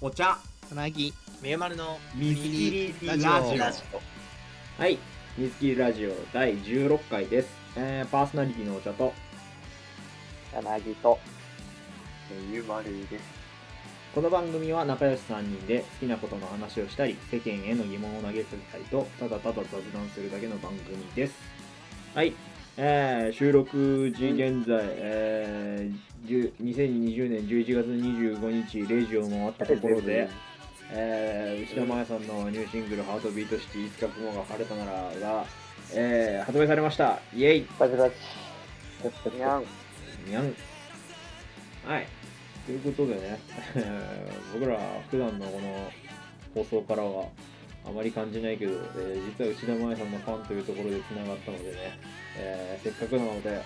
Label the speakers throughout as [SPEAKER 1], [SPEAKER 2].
[SPEAKER 1] お茶
[SPEAKER 2] つなぎ
[SPEAKER 3] みゆまるの
[SPEAKER 1] 水切りラ
[SPEAKER 2] ラ
[SPEAKER 1] ジ
[SPEAKER 2] ジ
[SPEAKER 1] オ
[SPEAKER 2] オ
[SPEAKER 3] ラジオ
[SPEAKER 1] はい水切りラジオ第16回です、えー、パーソナリティのお茶と
[SPEAKER 3] 柳とみゆまるです
[SPEAKER 1] この番組は仲良し3人で好きなことの話をしたり世間への疑問を投げかけたりとただただ雑談するだけの番組ですはい、えー、収録時現在、えー、10 2020年11月25日0時を回ったところでえー、内田真彩さんのニューシングル「ハートビートシティ5日雲が晴れたなら」が、えー、発売されましたイエイ
[SPEAKER 4] バチバチ。
[SPEAKER 3] にゃん
[SPEAKER 1] にゃんはいということでね 僕ら普段のこの放送からはあまり感じないけど、えー実は内田真彩さんのファンというところでつながったのでね、えーせっかくなので、え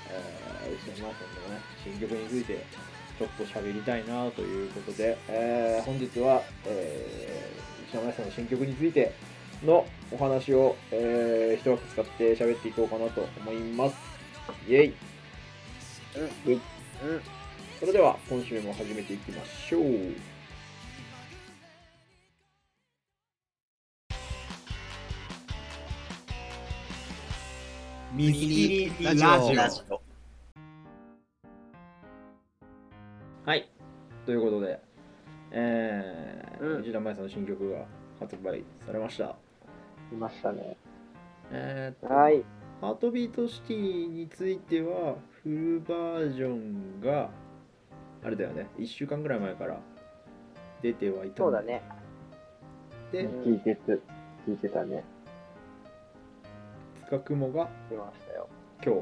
[SPEAKER 1] ー内田真彩さんのね新曲についてちょっと喋りたいなということで、えー本日は、えー、内田真彩さんの新曲についてのお話を、えー、一枠使って喋っていこうかなと思いますイエイ
[SPEAKER 3] うん
[SPEAKER 1] うん
[SPEAKER 3] うん
[SPEAKER 1] それでは今週も始めていきましょう水
[SPEAKER 2] 切りラジオ
[SPEAKER 3] ラジオ
[SPEAKER 1] はいということでえー
[SPEAKER 3] うん
[SPEAKER 1] 内田真礼さんの新曲が発売されました
[SPEAKER 4] いましたね。
[SPEAKER 1] えーっと
[SPEAKER 4] はい。
[SPEAKER 1] ハートビートシティについてはフルバージョンがあれだよね1週間ぐらい前から出てはいた
[SPEAKER 4] そ
[SPEAKER 1] ん
[SPEAKER 4] うだね。
[SPEAKER 1] で
[SPEAKER 4] 聞いてて、聞いてたね。
[SPEAKER 1] つかくもが
[SPEAKER 4] 来ましたよ。
[SPEAKER 1] 今日
[SPEAKER 4] い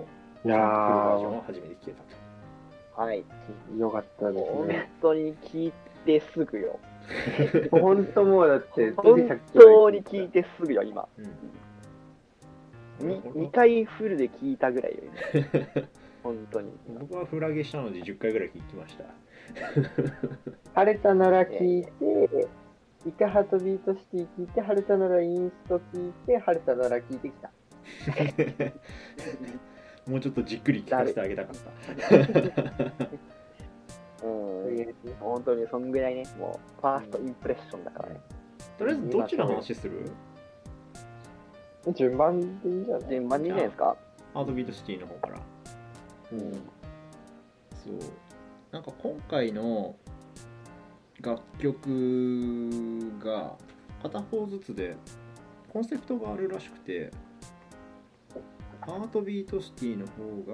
[SPEAKER 1] フル
[SPEAKER 4] や
[SPEAKER 1] バージョン
[SPEAKER 4] ー
[SPEAKER 1] を、初めて聞けたと
[SPEAKER 4] はい。よかったです本ね。
[SPEAKER 3] 当に聞いてす ぐよ
[SPEAKER 4] 本当もうだって、
[SPEAKER 3] 本当に聞いてすぐよ今
[SPEAKER 1] うん
[SPEAKER 3] に
[SPEAKER 1] 俺
[SPEAKER 3] 2回フルで聞いたぐらいよ今 本当に
[SPEAKER 1] 僕はフラゲしたので10回ぐらい聞きました
[SPEAKER 4] 晴れたなら聞いて、イカハートビートシティ聞いて、晴れたならインスト聞いて、晴れたなら聞いてきた。
[SPEAKER 1] もうちょっとじっくり聞かせてあげたかった
[SPEAKER 4] と
[SPEAKER 3] うん
[SPEAKER 4] りあえずね
[SPEAKER 3] 本当にそんぐらいねもうファーストインプレッションだからね
[SPEAKER 1] とりあえずどっちの話する
[SPEAKER 4] 順番でいいんじゃない
[SPEAKER 3] 順番にいいんじゃないですか
[SPEAKER 1] ハートビートシティの方から
[SPEAKER 4] うん。
[SPEAKER 1] そうなんか今回の楽曲が片方ずつでコンセプトがあるらしくてハートビートシティの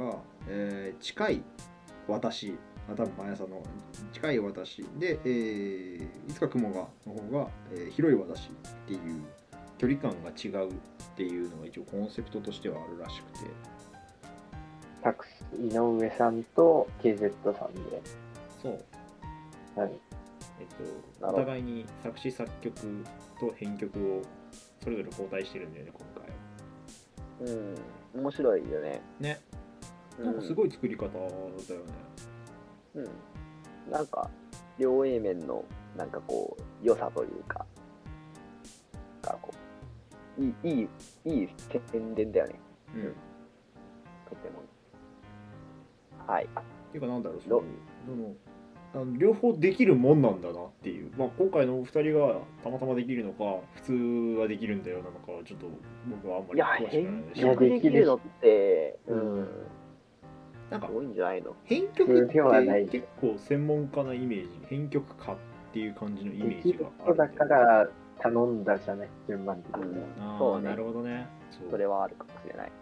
[SPEAKER 1] 方が、えー近い私あ多分毎朝の近い私で、えーいつか雲がの方が、えー広い私っていう距離感が違うっていうのが一応コンセプトとしてはあるらしくて
[SPEAKER 4] タクシー井上さんと KZ さんで。
[SPEAKER 1] そう
[SPEAKER 4] はい。
[SPEAKER 1] えっと、
[SPEAKER 4] な
[SPEAKER 1] お
[SPEAKER 4] るほど
[SPEAKER 1] 互いに作詞作曲と編曲をそれぞれ交代してるんだよね今回は
[SPEAKER 3] うん面白いよね
[SPEAKER 1] ね
[SPEAKER 3] う
[SPEAKER 1] なんかすごい作り方だよね、
[SPEAKER 3] うん、なんか両 A 面のなんかこう良さというかなんかこういいいいいい宣伝だよね
[SPEAKER 1] うん
[SPEAKER 3] うんとてもはい
[SPEAKER 1] っていうかなんだろうその
[SPEAKER 3] ど
[SPEAKER 1] どのあの両方できるもんなんだなっていう、まあ、今回のお二人がたまたまできるのか普通はできるんだよなのかはちょっと僕はあんま
[SPEAKER 3] い
[SPEAKER 1] り
[SPEAKER 3] や
[SPEAKER 1] 詳しくない
[SPEAKER 3] 編
[SPEAKER 1] です
[SPEAKER 4] いや
[SPEAKER 3] 曲できるのってうん、
[SPEAKER 4] うん
[SPEAKER 1] なんか
[SPEAKER 3] 多いんじゃないの
[SPEAKER 1] 編曲って
[SPEAKER 4] ではない
[SPEAKER 1] 結構専門家なイメージ編曲家っていう感じのイメ
[SPEAKER 4] で
[SPEAKER 1] ー
[SPEAKER 4] き
[SPEAKER 1] ジ
[SPEAKER 4] る
[SPEAKER 1] があ
[SPEAKER 4] 人
[SPEAKER 1] るんだ
[SPEAKER 4] だ
[SPEAKER 1] よね
[SPEAKER 4] から頼んだじゃない順番的に。
[SPEAKER 1] あー
[SPEAKER 3] そうね
[SPEAKER 1] なるほどねそう
[SPEAKER 3] それはあるかもしれない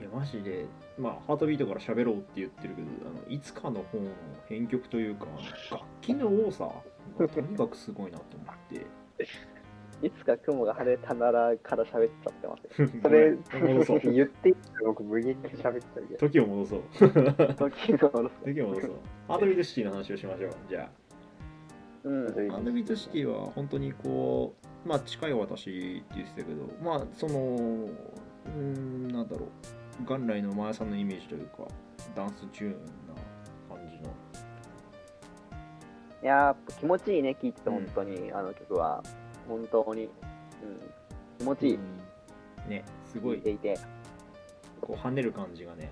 [SPEAKER 1] いやマジで、まあ、ハートビートから喋ろうって言ってるけどあのいつかの方の編曲というか楽器の多 さがとにかくすごいなと思って
[SPEAKER 3] いつか雲が晴れたならから喋っちゃってますよ
[SPEAKER 4] それ、
[SPEAKER 1] ごめん戻そう
[SPEAKER 4] 言っていいの僕無限に喋っちゃうけど。
[SPEAKER 1] 時を戻そう
[SPEAKER 3] 時々
[SPEAKER 1] 時を戻そうハートビートシティの話をしましょうじゃ
[SPEAKER 3] うん
[SPEAKER 1] あハートビートシティは本当にこうまあ近い私って言ってたけどまあそのうーんなんだろう元来のマヤさんのイメージというかダンスチューンな感じの
[SPEAKER 3] いやー気持ちいいね聴いてて
[SPEAKER 1] うん
[SPEAKER 3] 本当に、あの曲は本当に、うん、気持ちいい
[SPEAKER 1] ねす
[SPEAKER 3] 聴
[SPEAKER 1] ご
[SPEAKER 3] い
[SPEAKER 1] い
[SPEAKER 3] ていて、
[SPEAKER 1] こう跳ねる感じがね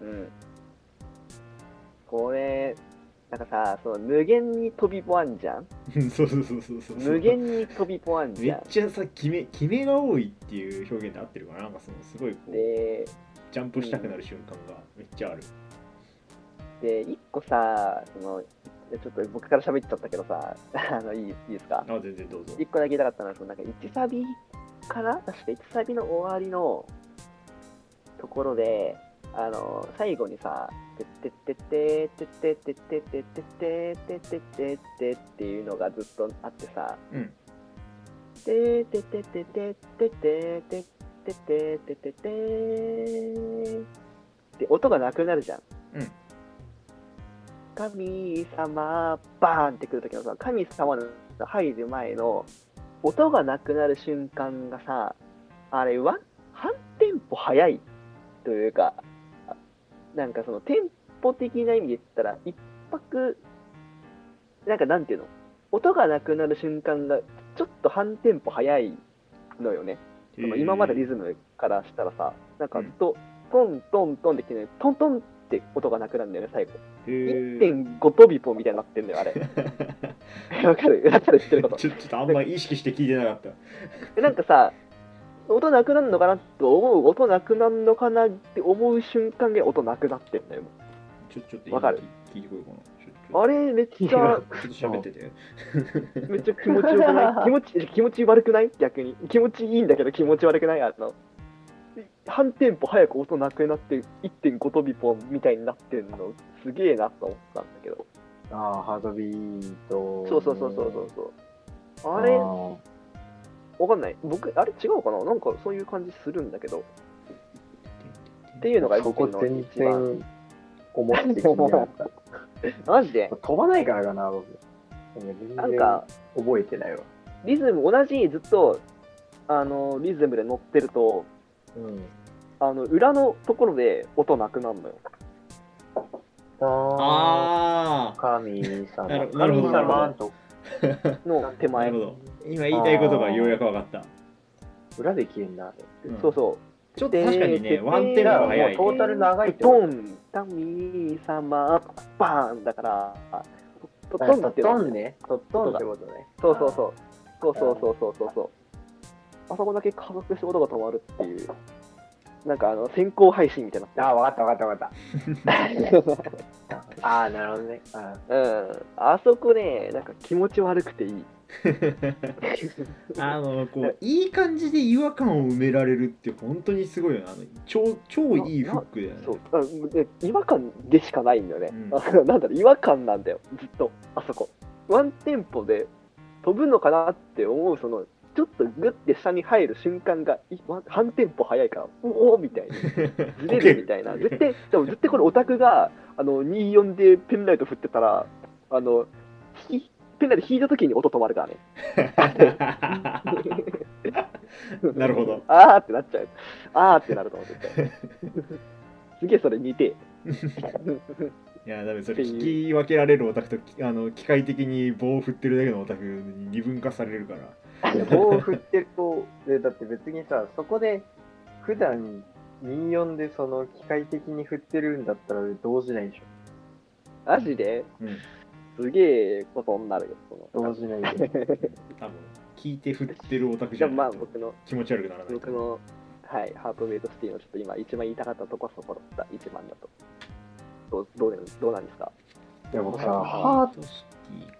[SPEAKER 3] うん、これなんかさ、その無限に飛びポあんじゃん
[SPEAKER 1] そうそうそうそうそう
[SPEAKER 3] 無限に飛びポあん
[SPEAKER 1] め
[SPEAKER 3] じゃ
[SPEAKER 1] っちゃさ決め決めが多いっていう表現で合ってるかななんかそのすごいこ
[SPEAKER 3] ん。
[SPEAKER 1] う
[SPEAKER 3] で、
[SPEAKER 1] ジャンプしたくなる瞬間がめっちゃある、
[SPEAKER 3] で、一個さ、その、ちょっと僕から喋っちゃったけどさ、あの、いいいいですか
[SPEAKER 1] あ全然どうぞ
[SPEAKER 3] 一個だけ言いたかったのは、そのなんか1サビかな確か1サビの終わりのところで、あの、最後にさ、てってってってってってってってってってってってってっていうのがずっとあってさ、
[SPEAKER 1] うん
[SPEAKER 3] てててててててててててててで音がなくなるじゃん。
[SPEAKER 1] うん
[SPEAKER 3] 神様バーンってくるときのさ神様の入る前の音がなくなる瞬間がさあれは半テンポ早いというかあなんかそのテンポ的な意味で言ったら一泊なんかなんていうの音がなくなる瞬間がちょっと半テンポ早いのよね。その今までリズムからしたらさ、なんかずっとトントントンってきてね、トントンって音がなくなるんだよね、最後。
[SPEAKER 1] えー
[SPEAKER 3] 1.5飛びポみたいになってんだ よ、あれ。わかるわかる知ってるこ
[SPEAKER 1] ちょちょっとあんまり意識して聞いてなかった
[SPEAKER 3] と。でなんかさ、音なくなるのかなと思う、音なくなるのかなって思う瞬間で音なくなってんだよ。も
[SPEAKER 1] ちょちょっと
[SPEAKER 3] わかる
[SPEAKER 1] 聞いてこようかなちょち
[SPEAKER 3] う
[SPEAKER 1] ょ
[SPEAKER 3] あれ、めっちゃ、
[SPEAKER 1] ちょっと喋ってて
[SPEAKER 3] めっちゃ気持ちよ くない気持ち気持ち悪くない逆に。気持ちいいんだけど気持ち悪くないあの。半テンポ早く音なくなって1.5飛びポみたいになってんのすげえなと思ったんだけど。
[SPEAKER 4] ああ、ハードビート。
[SPEAKER 3] そうそうそうそうそうそう。あ
[SPEAKER 4] あ
[SPEAKER 3] れ、わ
[SPEAKER 4] ー
[SPEAKER 3] かんない。僕、あれ違うかななんかそういう感じするんだけど。っていうのが
[SPEAKER 4] そこ
[SPEAKER 3] 僕の
[SPEAKER 4] 全
[SPEAKER 3] 一番。
[SPEAKER 4] 然思って気になった。
[SPEAKER 3] マジで
[SPEAKER 4] 飛ばないからかな、僕。全
[SPEAKER 3] なん
[SPEAKER 4] 然
[SPEAKER 3] か、
[SPEAKER 4] 覚えてないわ。
[SPEAKER 3] リズム、同じずっと、あの、リズムで乗ってると、
[SPEAKER 4] うん。
[SPEAKER 3] あの、裏のところで音なくなるのよ。
[SPEAKER 4] あ
[SPEAKER 1] あ
[SPEAKER 4] ー神様。
[SPEAKER 1] なるなる
[SPEAKER 4] 神
[SPEAKER 1] ほど
[SPEAKER 4] 様と
[SPEAKER 3] の手
[SPEAKER 1] あな
[SPEAKER 3] 前
[SPEAKER 1] るほ。ど今言いたいことがようやく分かった
[SPEAKER 4] 裏で消えんな、あれ。
[SPEAKER 1] うん
[SPEAKER 3] そうそう。
[SPEAKER 1] ちょっと確かにねワンテンポ
[SPEAKER 4] だからもう
[SPEAKER 1] 早い
[SPEAKER 4] トータル長いって
[SPEAKER 3] ド
[SPEAKER 4] こと
[SPEAKER 3] ン、タミー様、バーンだから、ト
[SPEAKER 4] ト
[SPEAKER 3] トン
[SPEAKER 4] ン
[SPEAKER 3] って
[SPEAKER 4] トンね。ト
[SPEAKER 3] ト
[SPEAKER 4] ト
[SPEAKER 3] ン
[SPEAKER 4] ン
[SPEAKER 3] っ
[SPEAKER 4] っててことね。
[SPEAKER 3] そうそうそう。そうそうそうそうそうそう。あそこだけ加速して音が止まるっていう。なんかあの先行配信みたいに
[SPEAKER 4] あ
[SPEAKER 3] な
[SPEAKER 4] あ、わかったわかったわか
[SPEAKER 3] ってる。
[SPEAKER 4] った。ああ、なるほどね。あ
[SPEAKER 3] うん。あそこね、なんか気持ち悪くてい い。
[SPEAKER 1] あのこういい感じで違和感を埋められるって本当にすごいよなあの超超いいフックだよね
[SPEAKER 3] そうあで違和感でしかないんだよね。
[SPEAKER 1] う
[SPEAKER 3] なんだろう、違和感なんだよ、ずっと、あそこ。ワンテンポで飛ぶのかなって思う、その、ちょっとグッて下に入る瞬間が、いワン半テンポ早いから、おおみたいな、ずれるみたいな、絶対、でも絶対これ、オタクが、あの、24でペンライト振ってたら、あの、ひペンライト引いた時に音止まるからね。
[SPEAKER 1] なるほど。
[SPEAKER 3] あーってなっちゃう。あーってなると思う、絶対。すげえそれ似てえ。
[SPEAKER 1] いやダメそれ聞き分けられるオタクときあの機械的に棒を振ってるだけのオタクに二分化されるから
[SPEAKER 4] あ。棒を振ってると、でだって別にさ、そこで、普段、24でその機械的に振ってるんだったら動じないでしょ。
[SPEAKER 3] マジで、
[SPEAKER 1] うん
[SPEAKER 3] すげえことになるよ、その
[SPEAKER 4] 動。じない で。
[SPEAKER 1] 多分聞いて振ってるオタクじ
[SPEAKER 3] じゃ
[SPEAKER 1] ゃ
[SPEAKER 3] あ
[SPEAKER 1] な
[SPEAKER 3] まあ
[SPEAKER 1] いと
[SPEAKER 3] 僕の、
[SPEAKER 1] 気持ち悪くならない
[SPEAKER 3] 僕の、はい、ハートメイトシティのちょっと今一番言いたかったとこはそこだった、一番だと。どうどうでどうなんですか
[SPEAKER 4] でもさ、ハー
[SPEAKER 1] ハートシティか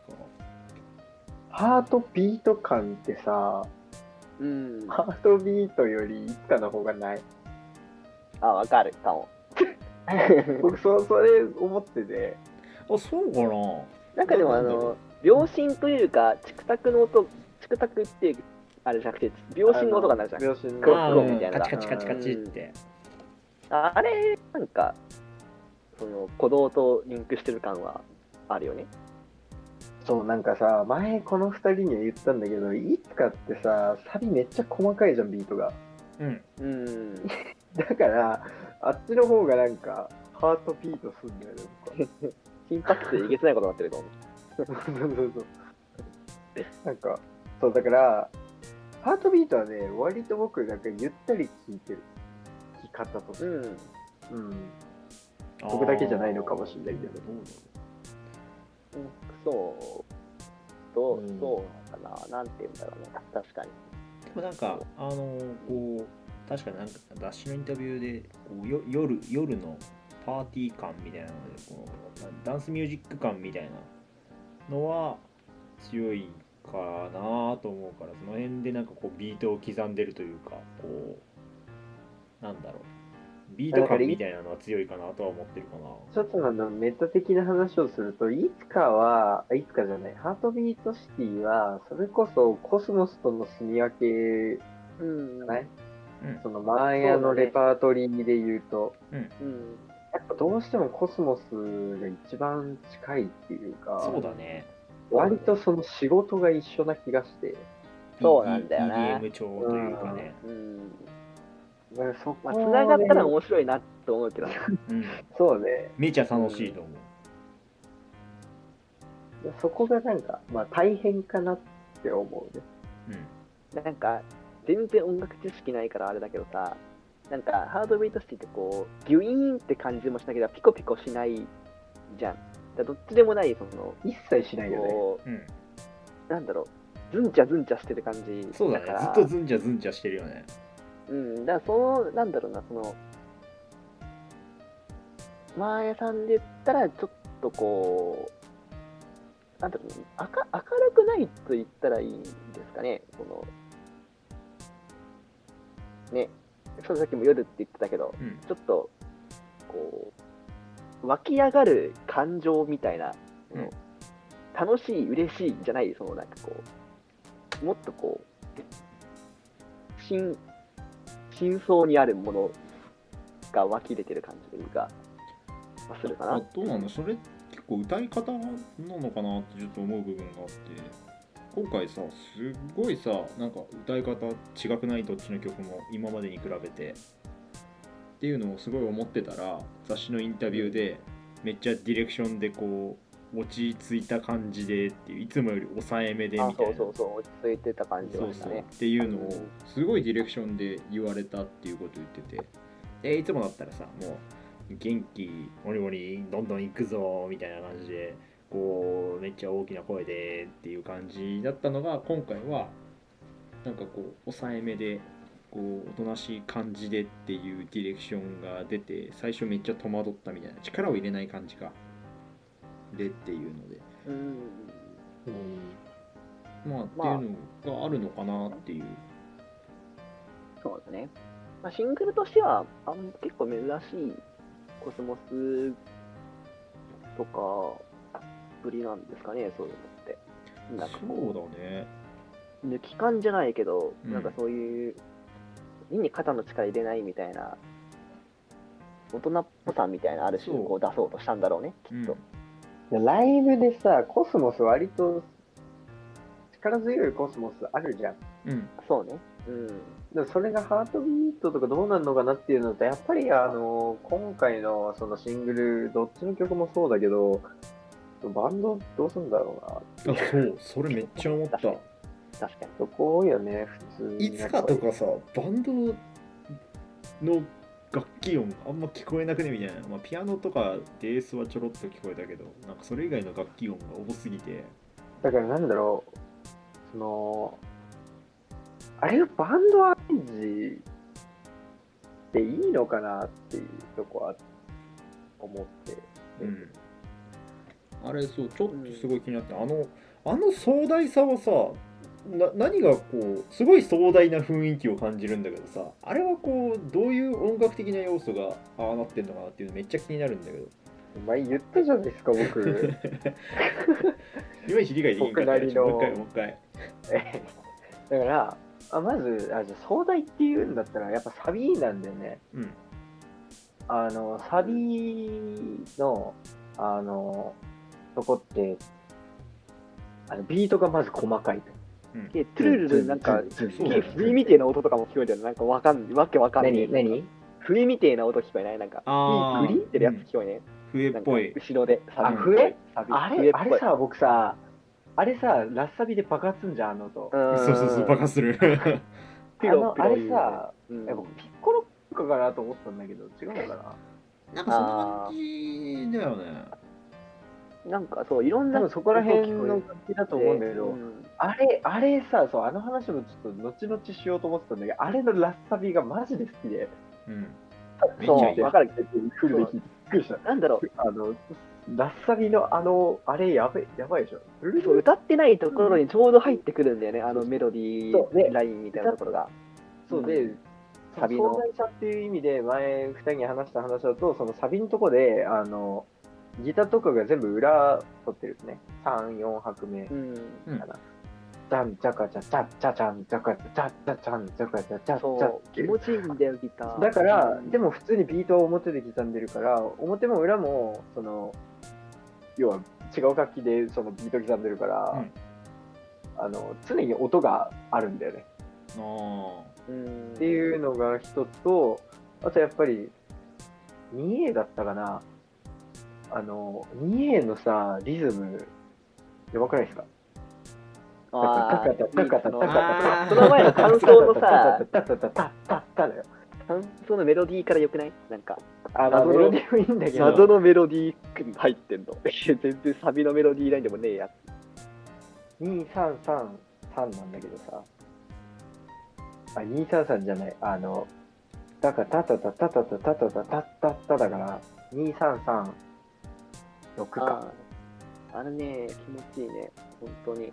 [SPEAKER 4] ハートビート感ってさ、
[SPEAKER 3] うん。
[SPEAKER 4] ハートビートよりいつかの方がない。
[SPEAKER 3] あ、わかるかも。
[SPEAKER 4] 僕そ、それ思ってて、
[SPEAKER 1] あそうかな
[SPEAKER 3] なんかでもあ
[SPEAKER 1] なんだろ
[SPEAKER 3] の、秒針というか、チクタクの音、チクタクっていう、あれじゃなくて、秒針の音がなるじゃん。
[SPEAKER 4] 秒針の
[SPEAKER 3] クロ
[SPEAKER 1] あ
[SPEAKER 3] ッ
[SPEAKER 1] ー
[SPEAKER 3] ク
[SPEAKER 1] う
[SPEAKER 3] 音
[SPEAKER 1] ん
[SPEAKER 3] みたいなの
[SPEAKER 1] カ
[SPEAKER 3] が
[SPEAKER 1] チ。カチカチカチって
[SPEAKER 3] ああれ、なんか、その、鼓動とリンクしてる感はあるよね。
[SPEAKER 4] そう、なんかさ、前この二人には言ったんだけど、いつかってさ、サビめっちゃ細かいじゃん、ビートが。
[SPEAKER 1] うん
[SPEAKER 3] うん。
[SPEAKER 4] だから、あっちの方がなんか、ハートビートすんだよね、僕は
[SPEAKER 3] 頻迫でいけてないことになってると思う。
[SPEAKER 4] そうそうそう。 なんか、そう、だから、ハートビートはね、割と僕、なんかゆったり聴いてる。聴き方とか。
[SPEAKER 3] うん。
[SPEAKER 4] うん。
[SPEAKER 1] あー
[SPEAKER 4] 僕だけじゃないのかもしれないけど
[SPEAKER 1] どうだろう
[SPEAKER 3] そう、どう
[SPEAKER 1] う、ん
[SPEAKER 3] どうかな、なんて言うんだろうね、確かに。
[SPEAKER 1] でもなんか、あのこう、確かなんか雑誌のインタビューでこうよ夜、夜のパーティー感みたいなのでこう、まあダンスミュージック感みたいなのは強いかなと思うから、その辺でなんかこう、ビートを刻んでるというか、こう、なんだろう、ビート感みたいなのは強いかなとは思ってるかな。
[SPEAKER 4] ちょっとあのメタ的な話をすると、いつかは、あいつかじゃない、ハートビートシティは、それこそコスモスとの住み分け
[SPEAKER 3] うん、
[SPEAKER 4] ない
[SPEAKER 1] うん
[SPEAKER 4] そのマーヤのレパートリーで言うと、
[SPEAKER 3] うん、
[SPEAKER 4] やっぱどうしてもコスモスが一番近いっていうか、
[SPEAKER 1] そうだね。
[SPEAKER 4] 割とその仕事が一緒な気がして、
[SPEAKER 3] そうなんだよね
[SPEAKER 1] EDM 調というかね。
[SPEAKER 3] うん。
[SPEAKER 4] だからそこ
[SPEAKER 3] まあ、
[SPEAKER 4] は
[SPEAKER 3] つ
[SPEAKER 4] ね
[SPEAKER 3] ながったら面白いな と思うけど、
[SPEAKER 1] うん。
[SPEAKER 4] そうね、
[SPEAKER 1] めちゃ楽しいと思う。
[SPEAKER 4] そこがなんか、まあ大変かなって思うね。
[SPEAKER 1] うん。
[SPEAKER 3] なんか、全然音楽知識ないからあれだけどさ、なんか、ハードビートシティってこう、ギュイーンって感じもしなければピコピコしないじゃん。だからどっちでもない、その、
[SPEAKER 4] 一切しないよね。
[SPEAKER 3] こ
[SPEAKER 1] うん、
[SPEAKER 3] う、なんだろう、ズンチャズンチャしてる感じ
[SPEAKER 1] そうだ
[SPEAKER 3] だか
[SPEAKER 1] ね
[SPEAKER 3] ら。
[SPEAKER 1] ずっとズンチャズンチャしてるよね
[SPEAKER 3] うん、だからその、なんだろうな、その、マーヤさんで言ったら、ちょっとこう、なんだろうな、明明るくないと言ったらいいんですかね、その、ね、そのさっきも夜って言ってたけど、
[SPEAKER 1] うん
[SPEAKER 3] ちょっと、こう、湧き上がる感情みたいな、その
[SPEAKER 1] うん
[SPEAKER 3] 楽しい、嬉しいじゃない、そのなんかこう、もっとこう、真、真相にあるものが湧き出てる感じというか、まあするかな。
[SPEAKER 1] どうなんだそれ結構歌い方なのかなってちょっと思う部分があって今回さすっごいさなんか歌い方違くないどっちの曲も今までに比べてっていうのをすごい思ってたら雑誌のインタビューでめっちゃディレクションでこう落ち着いた感じでっていういつもより抑えめでみたい
[SPEAKER 3] あ
[SPEAKER 1] な
[SPEAKER 3] そうそうそう、落ち着いてた感じ
[SPEAKER 1] そ
[SPEAKER 3] は
[SPEAKER 1] う
[SPEAKER 3] し
[SPEAKER 1] そ
[SPEAKER 3] た
[SPEAKER 1] うっ
[SPEAKER 3] ね。
[SPEAKER 1] ていうのをすごいディレクションで言われたっていうことを言っててでいつもだったらさもう元気モリモリどんどん行くぞみたいな感じでこうめっちゃ大きな声でっていう感じだったのが今回はなんかこう抑えめでこうおとなしい感じでっていうディレクションが出て最初めっちゃ戸惑ったみたいな力を入れない感じかでっていうので
[SPEAKER 3] うん
[SPEAKER 1] ま
[SPEAKER 3] ま
[SPEAKER 1] あ
[SPEAKER 3] あ
[SPEAKER 1] っていうのがあるのかなっていう。
[SPEAKER 3] そうですね。まあ、シングルとしてはあん結構珍しいコスモスとかぶりなんですかね、そういうのって。なんか
[SPEAKER 1] そうだね
[SPEAKER 3] 抜き感じゃないけど、
[SPEAKER 1] うん
[SPEAKER 3] なんかそういう、意に肩の力入れないみたいな、大人っぽさみたいな、ある種
[SPEAKER 1] そう
[SPEAKER 3] こう出そうとしたんだろうね、きっと。
[SPEAKER 4] でライブでさ、コスモス割と力強いコスモスあるじゃん。
[SPEAKER 1] うん、うん、
[SPEAKER 3] そうね。うん。
[SPEAKER 4] でもそれがハートビートとかどうなるのかなっていうのと、やっぱりあの、今回のそのシングル、どっちの曲もそうだけど、バンドどうすんだろうな。
[SPEAKER 1] あそうそれめっちゃ思った
[SPEAKER 3] 確かに。
[SPEAKER 4] そこよね、普通に。
[SPEAKER 1] いつかとかさバンドの楽器音あんま聞こえなくねみたいな、まあ、ピアノとかベースはちょろっと聞こえたけどなんかそれ以外の楽器音が多すぎて
[SPEAKER 4] だからなんだろう、その、あれをバンドアレンジっていいのかなっていうとこは思って。
[SPEAKER 1] うんあれそうちょっとすごい気になって、あのあの壮大さはさな何がこうすごい壮大な雰囲気を感じるんだけどさあれはこうどういう音楽的な要素がああなってんのかなっていうのめっちゃ気になるんだけど
[SPEAKER 4] お前言ったじゃないですか、僕。
[SPEAKER 1] いまいち理解できんかったでしょもう
[SPEAKER 4] 僕
[SPEAKER 1] 一
[SPEAKER 4] な
[SPEAKER 1] 回
[SPEAKER 4] りの
[SPEAKER 1] もう一回
[SPEAKER 4] えだから、あまずあじゃあ壮大っていうんだったら、やっぱサビなんだよね。
[SPEAKER 1] うん
[SPEAKER 4] あの、サビの、あの、とこって、あのビートがまず細かい。
[SPEAKER 3] で、トゥルルルなんか、すげえ振りみてえな音とかも聞こえてるなんかわかんない、わけわかんない。
[SPEAKER 4] 何
[SPEAKER 3] 振りみてえな音聞こえないなんか、
[SPEAKER 1] あー
[SPEAKER 3] 振りってるやつ聞こえね、
[SPEAKER 1] 笛っ
[SPEAKER 3] なんか
[SPEAKER 1] ぽい
[SPEAKER 3] 後ろで。
[SPEAKER 4] あ
[SPEAKER 3] サビ
[SPEAKER 4] 笛
[SPEAKER 3] サビ
[SPEAKER 4] あ
[SPEAKER 3] 笛っ
[SPEAKER 4] れ、
[SPEAKER 3] ぽい
[SPEAKER 4] あれさ、僕さ、あれさ、ラッサビで爆発すんじゃん、あの音。
[SPEAKER 3] ん
[SPEAKER 1] そうそうそう、バカす る。
[SPEAKER 4] あ
[SPEAKER 3] ピロ
[SPEAKER 4] の
[SPEAKER 3] ピ
[SPEAKER 4] あ
[SPEAKER 3] ロ
[SPEAKER 4] れ
[SPEAKER 3] 言うね
[SPEAKER 4] さ、
[SPEAKER 3] うん
[SPEAKER 4] え僕ピッコロかなと思ったんだけど、違うのかな
[SPEAKER 1] なん
[SPEAKER 3] かそんな感
[SPEAKER 1] じだよね。
[SPEAKER 3] なんかそういろんな
[SPEAKER 4] 多分そこら辺の感じだと思うんだけど、
[SPEAKER 3] うん
[SPEAKER 4] あれ、あれさ、そう、あの話もちょっと後々しようと思ってたんだけど、あれのラッサビがマジで好きで、
[SPEAKER 1] うん。めっちゃいい
[SPEAKER 3] そうわかる
[SPEAKER 4] 来るべき、びっくりした。
[SPEAKER 3] なんだろ
[SPEAKER 4] あの、ラッサビのあの、あれやべ、やばいでしょ。
[SPEAKER 3] うそう歌ってないところにちょうど入ってくるんだよね、あのメロディ
[SPEAKER 4] そうね
[SPEAKER 3] ーラインみたいなところが。
[SPEAKER 4] そうで、そ
[SPEAKER 3] サ
[SPEAKER 4] の
[SPEAKER 3] ビの
[SPEAKER 4] 存在者っていう意味で、前、二人に話した話だと、そのサビのとこで、あの、ギターとかが全部裏取ってるんですね。3、4拍目。
[SPEAKER 3] うん、
[SPEAKER 1] うん
[SPEAKER 4] ジャン、ジャカジャ、ジャッジャチャン、ジャカジャ、ジャッジャチャン、ジャカジャ、ジャッジャ
[SPEAKER 3] そう気持ちいいんだよ、ギター。
[SPEAKER 4] だから、で
[SPEAKER 3] も、
[SPEAKER 4] も普通にビートを表で刻んでるから、表も裏も、その、要は違う楽器でそのビート刻んでるから、
[SPEAKER 1] うん
[SPEAKER 4] あの、常に音があるんだよね。
[SPEAKER 1] あ
[SPEAKER 3] うん、
[SPEAKER 4] っていうのが一つと、あとやっぱり、2A だったかな。あの、2A のさ、リズム、やばくないですかタカタタカタタカ
[SPEAKER 3] あー
[SPEAKER 4] タ
[SPEAKER 2] あー
[SPEAKER 3] その前の感想のさ、
[SPEAKER 4] タタタタタタタタだよ。
[SPEAKER 3] 感想のメロディーからよくないなんか、
[SPEAKER 4] あの、
[SPEAKER 3] 謎の
[SPEAKER 4] メロディーもいいんだけど。
[SPEAKER 3] 謎のメロディー入ってんの。全然サビのメロディーラインでもねえや。
[SPEAKER 4] 2333なんだけどさあ233じゃないあのだからタタタタタタタタタタタタだから2336か
[SPEAKER 3] あーあれね、気持ちいいね、本当に。
[SPEAKER 1] ー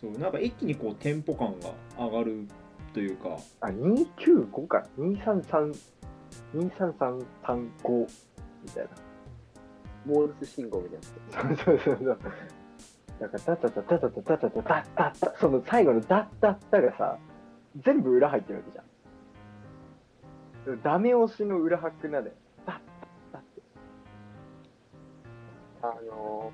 [SPEAKER 1] そう、なんか一気にこう、テンポ感が上がるというか、
[SPEAKER 4] あ295か23323335みたい
[SPEAKER 3] モールス信号みたいなや
[SPEAKER 4] なそうそうそうそうだからタタタタタタタタタタタタその最後のダッタッタがさ全部裏入ってるわけじゃんダメ押しの裏拍なんだよ
[SPEAKER 3] つ。あの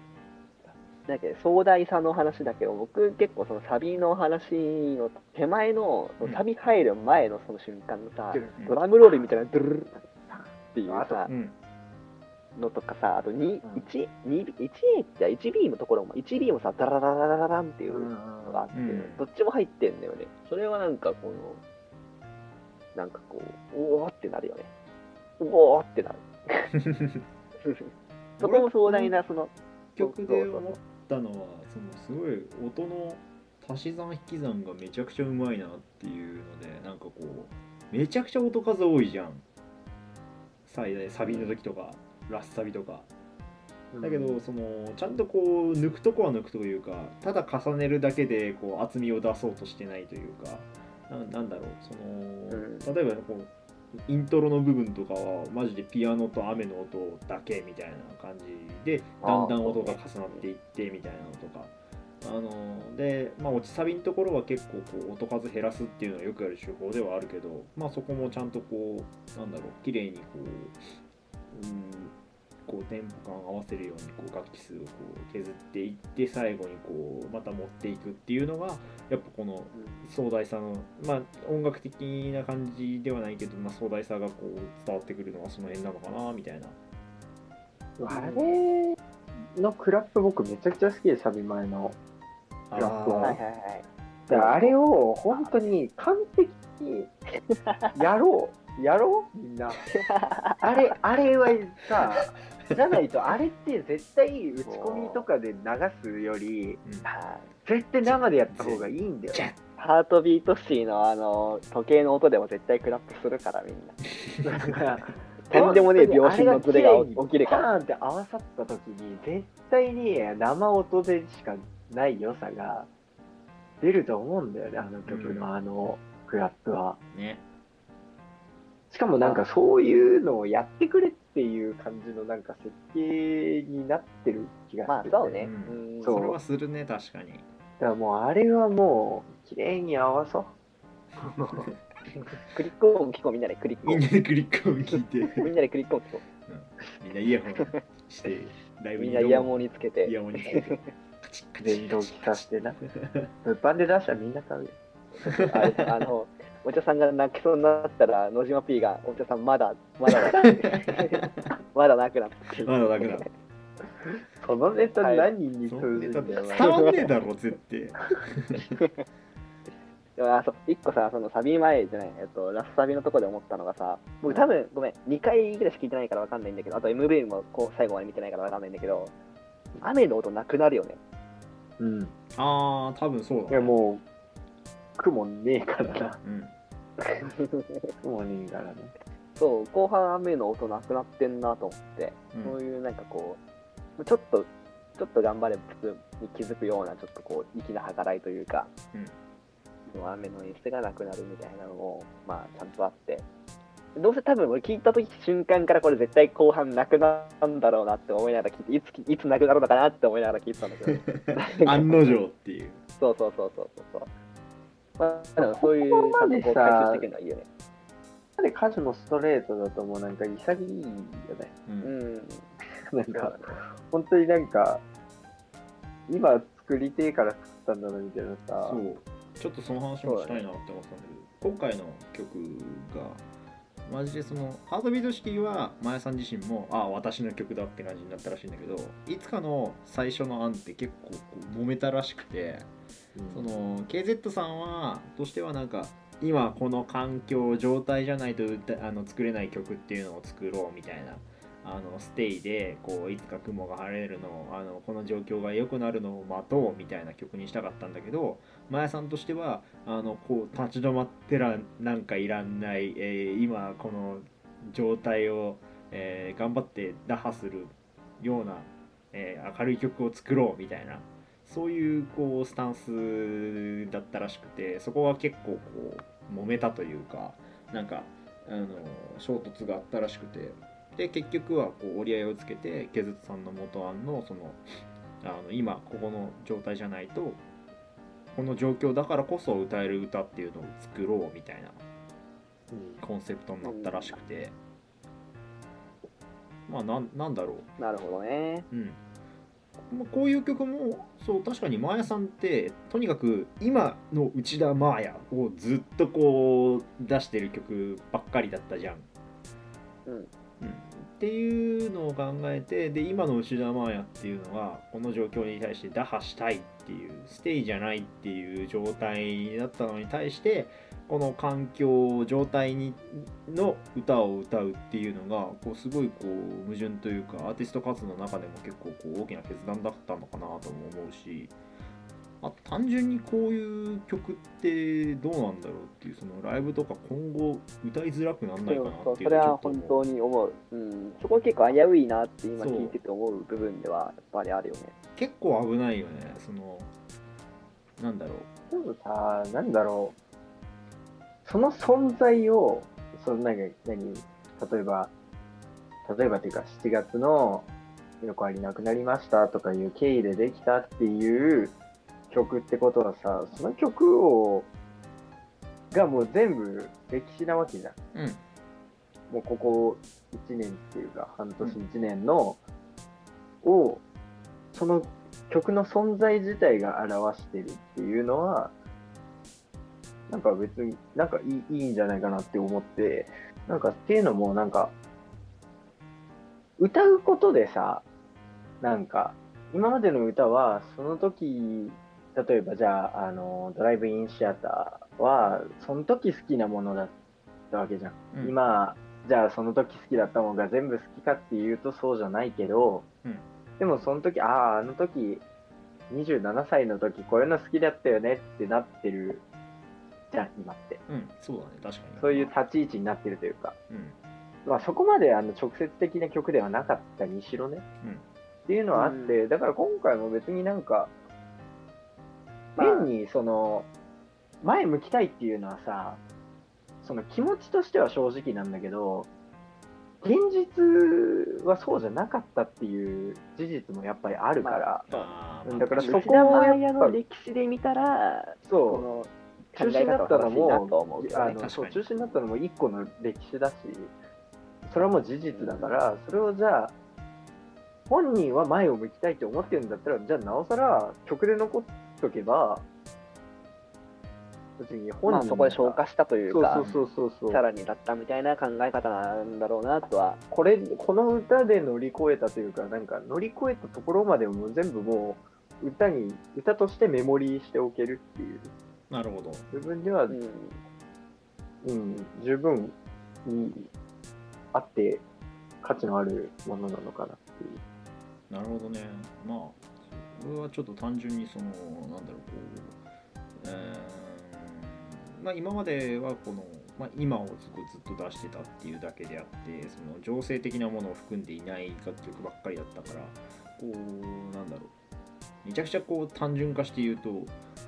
[SPEAKER 3] ー、なんか壮大さの話だけど、僕結構そのサビの話の手前の
[SPEAKER 1] うん、
[SPEAKER 3] サビ入る前のその瞬間のさ、
[SPEAKER 1] うん
[SPEAKER 3] ドラムロールみたいなドゥルルルっていう
[SPEAKER 4] あと
[SPEAKER 3] さ
[SPEAKER 1] う、ん。
[SPEAKER 3] のとかさ、あと2、
[SPEAKER 4] ん
[SPEAKER 3] 1、2、1A って、1B のところも、1B もさ、ダラダラダラダランっていううんのがあって、
[SPEAKER 1] うん
[SPEAKER 3] どっちも入ってんだよね。それはなんかこの、なんかこう、おーってなるよね。おーっ てなる。そこも壮大な、その、
[SPEAKER 1] 曲で思ったのはそのすごい音の足し算引き算がめちゃくちゃうまいなっていうのでなんかこうめちゃくちゃ音数多いじゃん最大サビの時とかラッサビとかだけどそのちゃんとこう抜くとこは抜くというかただ重ねるだけでこう厚みを出そうとしてないというかななんだろう
[SPEAKER 3] うん
[SPEAKER 1] その例えばこうイントロの部分とかはマジでピアノと雨の音だけみたいな感じで
[SPEAKER 4] あ
[SPEAKER 1] だ
[SPEAKER 4] ー
[SPEAKER 1] んだん音が重なっていってみたいなのとか。あのでまあ、落ちサビのところは結構こう音数減らすっていうのはよくやる手法ではあるけど、まあ、そこもちゃんとこうなんだろう綺麗にこううんこうテンポ感を合わせるようにこう楽器数をこう削っていって最後にこうまた持っていくっていうのがやっぱこの壮大さのまあ音楽的な感じではないけど、まあ、壮大さがこう伝わってくるのはその辺なのかなみたいな。
[SPEAKER 4] あれのクラップ僕めちゃくちゃ好きでサビ前の
[SPEAKER 1] あ
[SPEAKER 4] いやそう
[SPEAKER 3] は
[SPEAKER 1] ー
[SPEAKER 3] いはいはい。
[SPEAKER 4] だからあれを本当に完璧にやろう やろうみんなあれあれはさじゃないとあれって絶対打ち込みとかで流すより
[SPEAKER 1] うん
[SPEAKER 3] はい
[SPEAKER 4] 絶対生でやった方がいいんだよ
[SPEAKER 1] ジャッ
[SPEAKER 3] ハートビートシーのあの時計の音でも絶対クラップするからみんな。
[SPEAKER 4] だから
[SPEAKER 3] とんでもねえ秒針のズレが起きるか
[SPEAKER 4] パ
[SPEAKER 3] ら。
[SPEAKER 4] ーンって合わさった時に絶対に生音でしかない良さが出ると思うんだよねあの曲の、
[SPEAKER 1] うん
[SPEAKER 4] あのクラップは
[SPEAKER 1] ね
[SPEAKER 4] しかもなんかそういうのをやってくれっていう感じのなんか設計になってる気が
[SPEAKER 3] ますあ
[SPEAKER 4] る、
[SPEAKER 3] そうね。
[SPEAKER 1] う
[SPEAKER 3] うん
[SPEAKER 4] そう
[SPEAKER 1] それはするね確かに。
[SPEAKER 4] だからもうあれはもう綺麗に合わそう
[SPEAKER 3] クリック音聞こうみんなでクリック
[SPEAKER 1] みんな
[SPEAKER 3] 音。
[SPEAKER 1] でクリックを聞いて
[SPEAKER 3] みんなでクリック音聞こ
[SPEAKER 1] みんなイヤホンしてライ
[SPEAKER 3] う。
[SPEAKER 1] ブ
[SPEAKER 3] み
[SPEAKER 1] に
[SPEAKER 3] んなイヤモンにつけて
[SPEAKER 1] イ。ヤモンにつけてカチッカチ
[SPEAKER 4] 電
[SPEAKER 1] ッ
[SPEAKER 4] 動
[SPEAKER 1] カ
[SPEAKER 4] 機
[SPEAKER 1] チッ
[SPEAKER 4] さ
[SPEAKER 1] カチ
[SPEAKER 4] し
[SPEAKER 1] ッ
[SPEAKER 4] てな物販で出したらみんな買うよ
[SPEAKER 3] ああの、お茶さんが泣きそうになったら、野島 P が、お茶さんまだ、ま だだって。まだなくなって。
[SPEAKER 1] まだなくなっ
[SPEAKER 4] そのネタ何人に
[SPEAKER 1] そ
[SPEAKER 4] 通
[SPEAKER 1] ん
[SPEAKER 4] じ
[SPEAKER 1] ネ
[SPEAKER 4] る
[SPEAKER 1] タ
[SPEAKER 4] んだよな
[SPEAKER 1] 伝わんねえだろ絶対。
[SPEAKER 3] でもあそう一個さ、そのサビ前じゃない、えっと、ラスサビのとこで思ったのがさ、僕多分、ごめん、2回ぐらいしか聞いてないからわかんないんだけど、あと MV もこう最後まで見てないからわかんないんだけど、雨の音なくなるよね。
[SPEAKER 4] うん。
[SPEAKER 1] あー、多分そう
[SPEAKER 4] い
[SPEAKER 1] だ
[SPEAKER 4] や、
[SPEAKER 1] ね。
[SPEAKER 4] もう、雲ねえからな。
[SPEAKER 1] うん。
[SPEAKER 4] 雲ねえからな。
[SPEAKER 3] そう、後半雨の音なくなってんなと思って、
[SPEAKER 1] うん
[SPEAKER 3] そういうなんかこう、ちょっと、ちょっと頑張れば普通に気づくような、ちょっとこう、粋な計らいというか、もう雨の演出がなくなるみたいなのも、まあ、ちゃんとあって、どうせ多分俺聞いた時瞬間からこれ絶対後半なくなるんだろうなって思いながら聞いて、いつ、いつなくなるのかなって思いながら聞いてたんだけど、
[SPEAKER 1] 案の定っていう。
[SPEAKER 3] そうそうそうそうそうそう。まあ、でもそういう、ちゃんとこう、回収していくのはいいよね。
[SPEAKER 4] なんで歌詞もストレートだともうなんか潔いよね。
[SPEAKER 1] う。
[SPEAKER 3] うんん。
[SPEAKER 4] なんか、本当になんか、今作りてえから作ったんだなみたいなさ
[SPEAKER 1] そ。う。ちょっとその話もしたいなって思ってたんだけど、今回の曲が、マジでその、ハートビート式は、まやさん自身も、ああ、私の曲だって感じになったらしいんだけど、いつかの最初の案って結構こう揉めたらしくて、その KZ さんはとしてはなんか今この環境状態じゃないと歌あの作れない曲っていうのを作ろうみたいなあのステイでこういつか雲が晴れるのをあのこの状況が良くなるのを待とうみたいな曲にしたかったんだけどまやさんとしてはあのこう立ち止まってらなんかいらんない、えー今この状態を、えー頑張って打破するような、えー明るい曲を作ろうみたいなそういうこうスタンスだったらしくてそこは結構こう揉めたというかなんかあの衝突があったらしくてで結局はこう折り合いをつけてケズツさんの元案のそのあの今ここの状態じゃないとこの状況だからこそ歌える歌っていうのを作ろうみたいな
[SPEAKER 4] うん
[SPEAKER 1] コンセプトになったらしくてまあなんなんだろう
[SPEAKER 3] なるほどね。
[SPEAKER 1] うんまあこういう曲もそう確かにマーヤさんってとにかく今の内田マーヤをずっとこう出してる曲ばっかりだったじゃん。
[SPEAKER 3] うん
[SPEAKER 1] うんっていうのを考えてで今の内田真也っていうのはこの状況に対して打破したいっていうステイじゃないっていう状態だったのに対してこの環境状態にの歌を歌うっていうのがこうすごいこう矛盾というかアーティスト活動の中でも結構こう大きな決断だったのかなとも思うしあと単純にこういう曲ってどうなんだろうっていうそのライブとか今後歌いづらくなんないかな
[SPEAKER 3] そう
[SPEAKER 1] っ
[SPEAKER 3] そ
[SPEAKER 1] てい
[SPEAKER 3] う
[SPEAKER 1] うの
[SPEAKER 3] それ
[SPEAKER 1] はちょ
[SPEAKER 3] は
[SPEAKER 1] っと思
[SPEAKER 3] 本
[SPEAKER 1] う
[SPEAKER 3] 当に思う、うん、そこは結構危ういなって今
[SPEAKER 1] そう
[SPEAKER 3] 聞いてて思う部分ではやっぱりあるよね
[SPEAKER 1] 結構危ないよねそのなんだろ
[SPEAKER 4] でもさ、なんだろう。その存在を、そのなんか、何例えば、例えばっていうか、7月の、横ありなくなりましたとかいう経緯でできたっていう曲ってことはさ、その曲を、がもう全部歴史なわけじゃん。
[SPEAKER 1] う、うん、
[SPEAKER 4] もうここ1年っていうか半年1年の、をその曲の存在自体が表してるっていうのはなんか別になんかいいいいんじゃないかなって思ってなんかっていうのもなんか歌うことでさなんか今までの歌はその時例えばじゃああのドライブインシアターはその時好きなものだったわけじゃん
[SPEAKER 1] うん、
[SPEAKER 4] 今じゃあその時好きだったものが全部好きかっていうとそうじゃないけど、
[SPEAKER 1] うん
[SPEAKER 4] でもその時あああの時27歳の時こういうの好きだったよねってなってるじゃん今って
[SPEAKER 1] うん、そうだね確かに
[SPEAKER 4] そういう立ち位置になってるというか、
[SPEAKER 1] うん
[SPEAKER 4] まあ、そこまであの直接的な曲ではなかったにしろね、
[SPEAKER 1] うん
[SPEAKER 4] っていうのはあって、だから今回も別になんか
[SPEAKER 3] まあ
[SPEAKER 4] 変にその前向きたいっていうのはさその気持ちとしては正直なんだけど現実はそうじゃなかったっていう事実もやっぱりあるから、
[SPEAKER 1] あー
[SPEAKER 4] うん
[SPEAKER 1] まあ
[SPEAKER 4] だから
[SPEAKER 1] 確
[SPEAKER 4] そ
[SPEAKER 1] に
[SPEAKER 3] 吉
[SPEAKER 4] こ
[SPEAKER 3] 田
[SPEAKER 4] はや
[SPEAKER 3] 麻
[SPEAKER 4] っぱ
[SPEAKER 3] 也の歴史で見たら
[SPEAKER 4] そう
[SPEAKER 3] こ
[SPEAKER 4] 中
[SPEAKER 3] の考
[SPEAKER 4] 止
[SPEAKER 3] え
[SPEAKER 4] にな
[SPEAKER 3] 方
[SPEAKER 4] っ
[SPEAKER 3] は
[SPEAKER 4] たの
[SPEAKER 3] 正しいな
[SPEAKER 4] も
[SPEAKER 3] と思うけど
[SPEAKER 4] あ
[SPEAKER 3] ね
[SPEAKER 4] の
[SPEAKER 1] 確
[SPEAKER 4] そう
[SPEAKER 1] かに
[SPEAKER 4] 中止になったのも一個の歴史だしそれはもう事実だから、それをじゃあ本人は前を向きたいと思ってるんだったらじゃあなおさら曲で残っとけば別に本人
[SPEAKER 3] まあ、そこで消化したというか
[SPEAKER 4] そうそうそうそう
[SPEAKER 3] さ
[SPEAKER 4] そう
[SPEAKER 3] らにだったみたいな考え方なんだろうなとは
[SPEAKER 4] これこの歌で乗り越えたというかなんか乗り越えたところまでもう全部もう歌に歌としてメモリーしておけるっていう
[SPEAKER 1] なるほど
[SPEAKER 4] 部分では、
[SPEAKER 3] うん
[SPEAKER 4] うん、十分にあって価値のあるものなのかなっていう。
[SPEAKER 1] なるほどねまあこれはちょっと単純にそのなんだろうこううーんまあ今まではこの、まあ、今をずっと出してたっていうだけであってその情勢的なものを含んでいない楽曲ばっかりだったからこうなんだろうめちゃくちゃこう単純化して言うと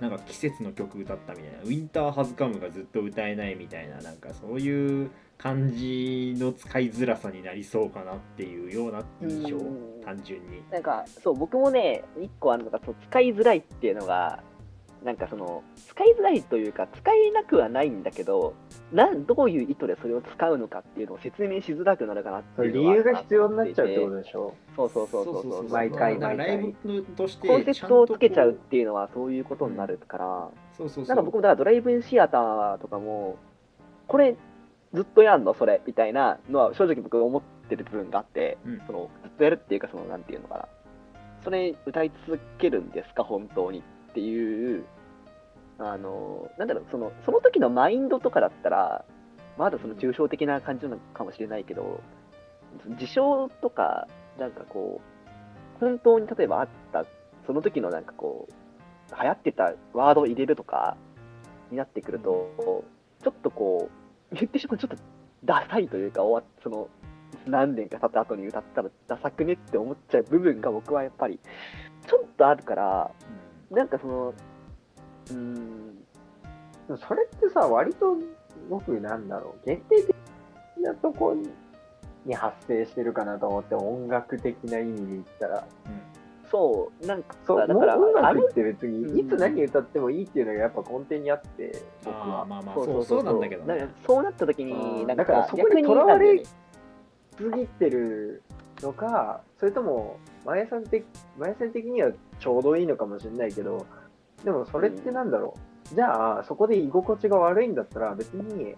[SPEAKER 1] なんか季節の曲歌ったみたいな「ウィンターハズカム」がずっと歌えないみたいななんかそういう感じの使いづらさになりそうかなっていうような印象
[SPEAKER 3] うん
[SPEAKER 1] 単純に。
[SPEAKER 3] なんか、そう、僕もね、一個あるのが、そう使いづらいっていうのが、なんかその、使いづらいというか、使えなくはないんだけど、なんどういう意図でそれを使うのかっていうのを説明しづらくなるかなって
[SPEAKER 4] そ
[SPEAKER 3] い
[SPEAKER 4] れ
[SPEAKER 3] う
[SPEAKER 4] 理
[SPEAKER 3] のはあ
[SPEAKER 4] 由
[SPEAKER 3] る
[SPEAKER 4] が
[SPEAKER 3] な
[SPEAKER 4] 必要になっちゃうってこと
[SPEAKER 3] 思
[SPEAKER 4] でしょ
[SPEAKER 3] そうそうそうそうそう。
[SPEAKER 4] 毎回
[SPEAKER 1] だからライ
[SPEAKER 4] 毎
[SPEAKER 1] ブとして
[SPEAKER 3] コンセプトをつけちゃうっていうのはそういうことになるから、
[SPEAKER 1] そうそうそう
[SPEAKER 3] なんか僕もだからドライブインシアターとかも、これずっとやんのそれみたいなのは正直僕思ってる部分があって、
[SPEAKER 1] うん
[SPEAKER 3] そのずっとやるっていうかそのなんていうのかなそれ歌い続けるんですか本当にっていうあのなんだろうそのその時のマインドとかだったらまだその抽象的な感じなのかもしれないけどその事象とかなんかこう本当に例えばあったその時のなんかこう流行ってたワードを入れるとかになってくるとちょっとこう言ってしまうとちょっとダサいというか終わっその何年か経った後に歌ったらダサくねって思っちゃう部分が僕はやっぱりちょっとあるからなんかそのうーん
[SPEAKER 4] でもそれってさ割と僕なんだろう限定的なとこにに発生してるかなと思って音楽的な意味で言ったら
[SPEAKER 3] そうなんか
[SPEAKER 4] そう
[SPEAKER 3] だから
[SPEAKER 4] 音
[SPEAKER 3] あ
[SPEAKER 4] 楽
[SPEAKER 3] る
[SPEAKER 4] って別にいつ何歌ってもいいっていうのがやっぱ根底にあって
[SPEAKER 1] うん
[SPEAKER 4] 僕
[SPEAKER 1] あー
[SPEAKER 4] は
[SPEAKER 1] まあまあ
[SPEAKER 3] そう
[SPEAKER 1] そ
[SPEAKER 3] そうう
[SPEAKER 1] そ
[SPEAKER 3] そうう
[SPEAKER 1] なんだけど
[SPEAKER 3] なん
[SPEAKER 1] ね
[SPEAKER 3] かそうなった時
[SPEAKER 4] う
[SPEAKER 3] に
[SPEAKER 4] ん
[SPEAKER 3] なん
[SPEAKER 4] だから
[SPEAKER 3] か
[SPEAKER 4] そこに
[SPEAKER 3] 逆
[SPEAKER 4] とら
[SPEAKER 3] な
[SPEAKER 4] わ
[SPEAKER 3] んだよね
[SPEAKER 4] れ過ぎてるのかそれとも前さん的前さん的にはちょうどいいのかもしれないけどでもそれってなんだろう、じゃあそこで居心地が悪いんだったら別に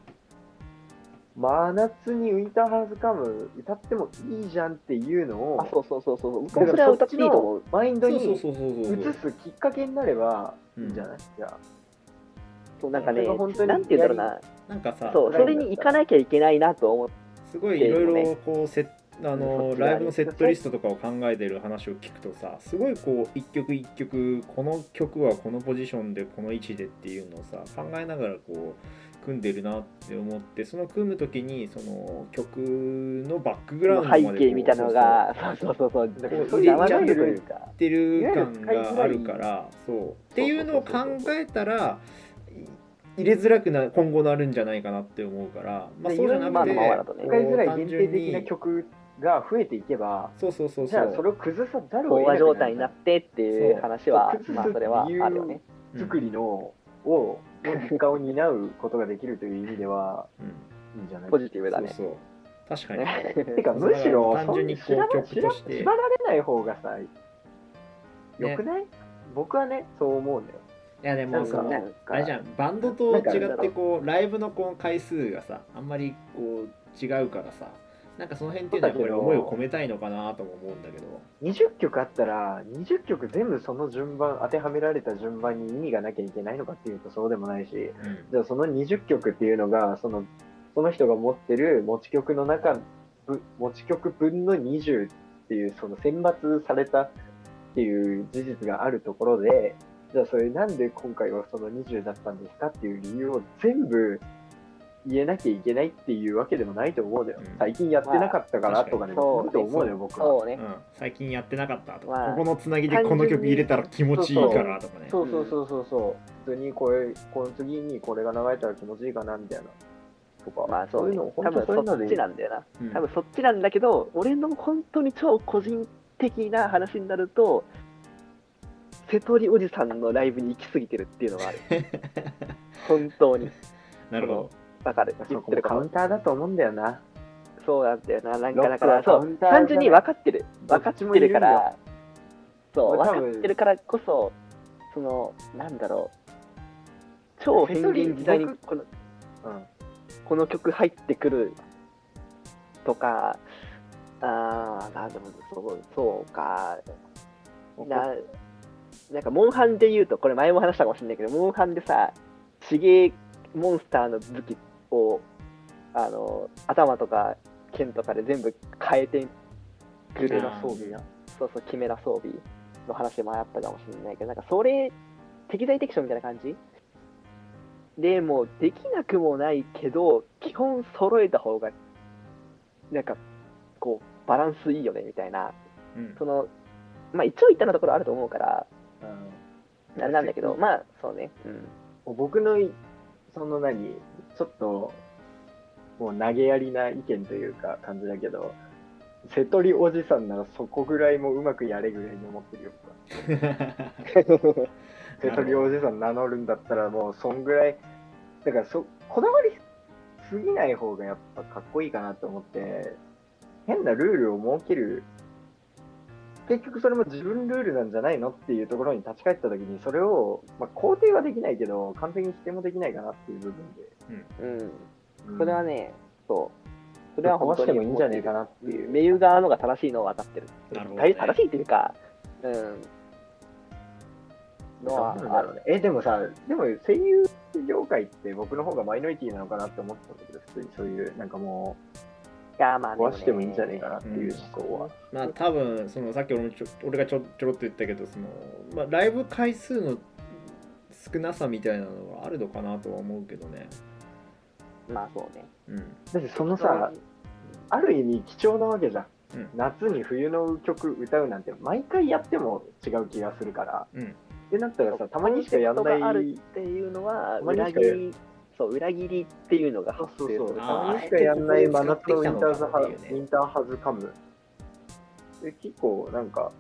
[SPEAKER 4] 真夏にウィンターハーズカム歌ってもいいじゃんっていうのを
[SPEAKER 3] あそうそうそうそう僕
[SPEAKER 4] だ
[SPEAKER 3] も
[SPEAKER 4] か
[SPEAKER 3] それは
[SPEAKER 4] らそ
[SPEAKER 3] 歌
[SPEAKER 4] っ
[SPEAKER 3] って
[SPEAKER 4] ち
[SPEAKER 3] いいと思う
[SPEAKER 4] のマインド
[SPEAKER 1] そう
[SPEAKER 4] に
[SPEAKER 1] そう
[SPEAKER 4] 移
[SPEAKER 1] そうそうそうそう
[SPEAKER 4] すきっかけになればいいんじゃない、じゃあ
[SPEAKER 3] そうなんか
[SPEAKER 4] そ
[SPEAKER 3] ね
[SPEAKER 4] れが本当に
[SPEAKER 3] なんて言うんだろうな
[SPEAKER 1] なんかさ
[SPEAKER 3] そうそれに行かなきゃいけないなと思って
[SPEAKER 1] すごいいろいろこうセッあ
[SPEAKER 4] そ
[SPEAKER 1] の
[SPEAKER 4] っちが
[SPEAKER 1] ライブのセットリストとかを考えてる話を聞くとさすごいこう一曲一曲この曲はこのポジションでこの位置でっていうのをさ考えながらこう組んでるなって思ってその組む時にその曲のバックグラウンドまでこ
[SPEAKER 3] 背
[SPEAKER 1] う
[SPEAKER 3] 景みたいなのがそうそうそう
[SPEAKER 4] だ
[SPEAKER 3] そ
[SPEAKER 4] か
[SPEAKER 3] う
[SPEAKER 4] ら
[SPEAKER 1] そ
[SPEAKER 3] そう
[SPEAKER 1] れ
[SPEAKER 3] 邪魔
[SPEAKER 1] ちゃ
[SPEAKER 3] なんる
[SPEAKER 1] と
[SPEAKER 3] というか
[SPEAKER 1] ってる感があるからそうっていうのを考えたらい入れづらくな今後なるんじゃないかなって思うから、まあ、
[SPEAKER 4] で
[SPEAKER 1] そうじゃな
[SPEAKER 3] まあ
[SPEAKER 1] くて
[SPEAKER 3] まあまあだとね
[SPEAKER 4] 使いづらい
[SPEAKER 1] こう単
[SPEAKER 4] 限
[SPEAKER 1] 純
[SPEAKER 4] 定
[SPEAKER 1] に
[SPEAKER 4] 的な曲が増えていけば
[SPEAKER 1] そうそうそう
[SPEAKER 4] じゃあそ
[SPEAKER 1] れ
[SPEAKER 4] れを崩さざるを
[SPEAKER 3] 飽
[SPEAKER 4] 得なく
[SPEAKER 3] 和状
[SPEAKER 4] な
[SPEAKER 3] 態
[SPEAKER 4] る
[SPEAKER 3] になってっていう話は
[SPEAKER 4] そう
[SPEAKER 3] まあそれはあるよね
[SPEAKER 4] 作りのをを一環を担うことができるという意味では
[SPEAKER 1] うんうん
[SPEAKER 4] いいんじゃない
[SPEAKER 3] ポジティブだ
[SPEAKER 1] そう
[SPEAKER 3] ね
[SPEAKER 1] そう確かに
[SPEAKER 4] てかむしろ
[SPEAKER 1] 単純にこう
[SPEAKER 4] そんな
[SPEAKER 1] 曲
[SPEAKER 4] 縛ら
[SPEAKER 1] として
[SPEAKER 4] 縛られない方がさ
[SPEAKER 1] ね
[SPEAKER 4] よくない、僕はねそう思うんだよ
[SPEAKER 1] いやでもそ
[SPEAKER 4] な
[SPEAKER 1] の
[SPEAKER 4] んか
[SPEAKER 1] あれじゃんバンドと違ってこうライブのこう回数がさあんまりこう違うからさなんかその辺っていうのはこれ思いを込めたいのかなとも思うんだけど
[SPEAKER 4] 20曲あったら20曲全部その順番当てはめられた順番に意味がなきゃいけないのかっていうとそうでもないし
[SPEAKER 1] うん
[SPEAKER 4] じゃあその20曲っていうのがそのその人が持ってる持ち曲の中ぶ持ち曲分の20っていうその選抜されたっていう事実があるところでじゃあそれなんで今回はその20だったんですかっていう理由を全部言えなきゃいけないっていうわけでもないと思うのよ、
[SPEAKER 1] うん
[SPEAKER 4] 最近やってなかったからとかね、
[SPEAKER 3] まあ
[SPEAKER 4] 無理と思うのよ僕は
[SPEAKER 3] そうね
[SPEAKER 1] うん最近やってなかったとか、
[SPEAKER 3] まあ
[SPEAKER 1] ここのつなぎでこの曲入れたら気持ちいいからとかね
[SPEAKER 4] そうそうそうそうそう普通にこれこの次にこれが流れたら気持ちいいかなみたいなとか、
[SPEAKER 3] まあそうね
[SPEAKER 4] いうの
[SPEAKER 3] 多
[SPEAKER 4] 本当
[SPEAKER 3] 分
[SPEAKER 4] そういうの
[SPEAKER 3] そ
[SPEAKER 4] で
[SPEAKER 3] っ
[SPEAKER 4] いい
[SPEAKER 3] ちなんだよな
[SPEAKER 1] うん
[SPEAKER 3] 多分そっちなんだけど俺の本当に超個人的な話になると瀬戸利おじさんのライブに行き過ぎてるっていうのがある本当に
[SPEAKER 1] なるほど
[SPEAKER 3] わかる言
[SPEAKER 4] そ
[SPEAKER 3] っ
[SPEAKER 4] こも
[SPEAKER 3] てる
[SPEAKER 4] カ
[SPEAKER 3] か
[SPEAKER 4] ウ
[SPEAKER 3] も
[SPEAKER 4] ンターだと思うんだよな。
[SPEAKER 3] そうなんだよななんかだか
[SPEAKER 4] ロッ
[SPEAKER 3] ら
[SPEAKER 4] クは
[SPEAKER 3] そ
[SPEAKER 4] カウンタ
[SPEAKER 3] う
[SPEAKER 4] ーじゃない
[SPEAKER 3] 単純に分かってる分かってるからそ
[SPEAKER 4] 俺
[SPEAKER 3] う分
[SPEAKER 4] 多
[SPEAKER 3] か
[SPEAKER 4] 分
[SPEAKER 3] ってるからこそそのなんだろう超変幻自在に
[SPEAKER 4] 瀬戸利僕
[SPEAKER 3] この
[SPEAKER 4] うん。
[SPEAKER 3] この曲入ってくるとか、あー、なんでもそうそうか、ななんか、モンハンで言うと、これ前も話したかもしれないけど、モンハンでさ、ちげえモンスターの武器を、あの、頭とか剣とかで全部変えてくる
[SPEAKER 1] あーそう
[SPEAKER 3] そうそうキメラ装備の話もあったかもしれないけどなんかそれ適材適所みたいな感じでもうできなくもないけど基本揃えた方がなんかこうバランスいいよねみたいな
[SPEAKER 1] うん
[SPEAKER 3] そのまあ一応一旦のところあると思うから
[SPEAKER 4] うん
[SPEAKER 3] あれなんだけどまあそうねうん
[SPEAKER 4] 僕のいその何ちょっともう投げやりな意見というか感じだけど瀬戸りおじさんならそこぐらいもうまくやれぐらいに思ってるよ 瀬戸りおじさん名乗るんだったらもうそんぐらいだからそこだわりすぎない方がやっぱかっこいいかなと思って変なルールを設ける結局それも自分ルールなんじゃないのっていうところに立ち返った時にそれを、まあ、肯定はできないけど完璧に否定もできないかなっていう部分で
[SPEAKER 3] うん
[SPEAKER 4] うん
[SPEAKER 3] それはねそうそ
[SPEAKER 4] そ
[SPEAKER 3] れ
[SPEAKER 4] れ
[SPEAKER 3] は
[SPEAKER 4] は
[SPEAKER 3] 本
[SPEAKER 4] 壊
[SPEAKER 3] 当
[SPEAKER 4] し
[SPEAKER 3] に
[SPEAKER 4] てもいいんじゃねえかなっていう。
[SPEAKER 3] メユ側のが正しいのは当たってる
[SPEAKER 1] なるほどね
[SPEAKER 3] 大正しいというかうんのは
[SPEAKER 4] なんだ
[SPEAKER 3] あ
[SPEAKER 4] ろ
[SPEAKER 3] る
[SPEAKER 4] うね。え、でもさ、でも声優業界って僕の方がマイノリティなのかなって思ってたんだけど、普通にそういう、なんかも
[SPEAKER 3] いやまあ
[SPEAKER 4] う、壊してもいいんじゃねえかなっていう
[SPEAKER 1] うん
[SPEAKER 4] 思考は。
[SPEAKER 1] まあ多分そのさっき俺もちょ俺がちょちょろっと言ったけどその、まあ、ライブ回数の少なさみたいなのはあるのかなとは思うけどね。
[SPEAKER 3] まあそうね
[SPEAKER 1] うん、
[SPEAKER 4] だってそのさ、ある意味貴重なわけじゃん。
[SPEAKER 1] うん
[SPEAKER 4] 夏に冬の曲歌うなんて、毎回やっても違う気がするから。
[SPEAKER 1] うん
[SPEAKER 4] でなったらさ、たまにしかやんな
[SPEAKER 3] コンセプトがある
[SPEAKER 4] い
[SPEAKER 3] っ。ていうのは
[SPEAKER 4] たまに
[SPEAKER 3] 裏
[SPEAKER 4] し
[SPEAKER 3] 切
[SPEAKER 4] かや
[SPEAKER 3] りそう裏切りっていうのが
[SPEAKER 4] そう
[SPEAKER 3] 発
[SPEAKER 4] そう
[SPEAKER 3] 生す
[SPEAKER 4] そう。
[SPEAKER 3] る
[SPEAKER 4] た
[SPEAKER 1] あー
[SPEAKER 4] まにしかやんない真夏のウ
[SPEAKER 1] あえて
[SPEAKER 4] ィン
[SPEAKER 1] こ
[SPEAKER 4] タ
[SPEAKER 1] うい
[SPEAKER 4] ー
[SPEAKER 1] う
[SPEAKER 4] ズ
[SPEAKER 1] 作
[SPEAKER 4] ハ
[SPEAKER 1] ってきたのかって
[SPEAKER 4] ウ
[SPEAKER 1] いうね
[SPEAKER 4] ウィンターハズカム。で結構なんか、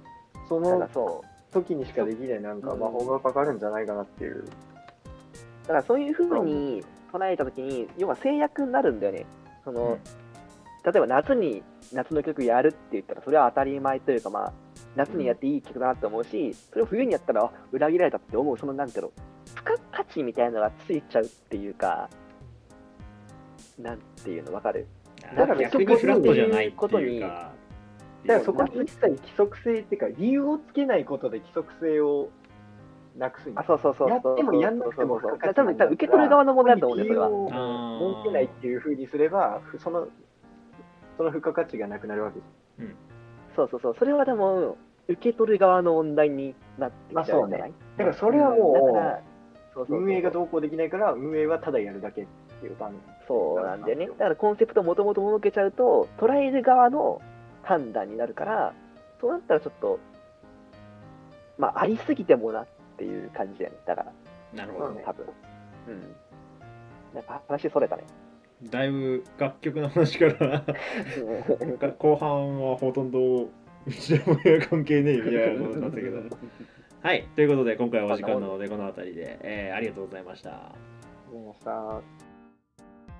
[SPEAKER 4] そ
[SPEAKER 3] だか
[SPEAKER 4] の
[SPEAKER 3] らそう
[SPEAKER 4] 時にしかできないなんか魔法がかかるんじゃないかなっていう。
[SPEAKER 3] だからそういうふうに捉えた時に要は制約になるんだよねその、例えば夏に夏の曲やるって言ったらそれは当たり前というかまあ夏にやっていい曲だなって思うしそれを冬にやったらあ裏切られたって思うそのなんていうの付加価値みたいなのがついちゃうっていうかなんていうのわかる
[SPEAKER 1] だか
[SPEAKER 3] だからら
[SPEAKER 1] 逆にフラットじゃないっていうか。
[SPEAKER 4] だから
[SPEAKER 1] そ
[SPEAKER 4] そこに一切規則性っていうか、理由をつけないことで規則性をなくすんだ
[SPEAKER 3] あそうそうそう
[SPEAKER 4] やってもやんなくても
[SPEAKER 3] そうそう
[SPEAKER 4] 付
[SPEAKER 3] そ
[SPEAKER 4] 加
[SPEAKER 3] う多
[SPEAKER 4] 価値なんだ
[SPEAKER 3] 分多分受け取る側の問題だと思うんだ
[SPEAKER 4] 理
[SPEAKER 3] よそ
[SPEAKER 4] 由
[SPEAKER 3] れは
[SPEAKER 4] を
[SPEAKER 1] あー
[SPEAKER 4] 設けないっていうふうにすれば、その、その付加価値がなくなるわけです。
[SPEAKER 3] そうそうそうそれはでも受け取る側の問題になってきちゃうんじゃない、
[SPEAKER 4] だからそれはも
[SPEAKER 3] だからそう
[SPEAKER 4] う、
[SPEAKER 3] そうそう
[SPEAKER 4] 運営が同行できないから、運営はただやるだけっていう感じ。
[SPEAKER 3] そうなんだよね。だからコンセプトをもともと設けちゃうと、捉える側の判断になるから、そうなったらちょっと、まあ、ありすぎてもなっていう感じだよね。だから、
[SPEAKER 1] なるほどね。
[SPEAKER 3] 多分。うん。なんか話そ れたね。
[SPEAKER 1] だいぶ楽曲の話から後半はほとんど ちらもや関係ねえみたいなことになったけど。はい、ということで今回はお時間なのでこの辺りで、えーありがとうございました。
[SPEAKER 4] ごめんなさい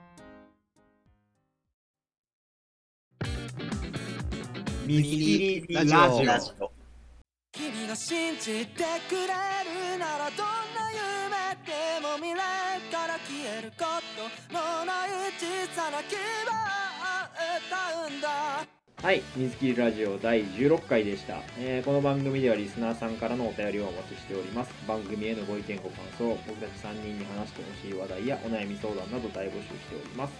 [SPEAKER 2] ミニリラジオラジオ
[SPEAKER 5] 君が信じてくれるならどんな夢でも未来から消えることのない小さな希望を歌うんだ
[SPEAKER 1] はい、水切りラジオ第16回でした、えーこの番組ではリスナーさんからのお便りをお待ちしております。番組へのご意見、ご感想、僕たち3人に話してほしい話題やお悩み相談など大募集しております。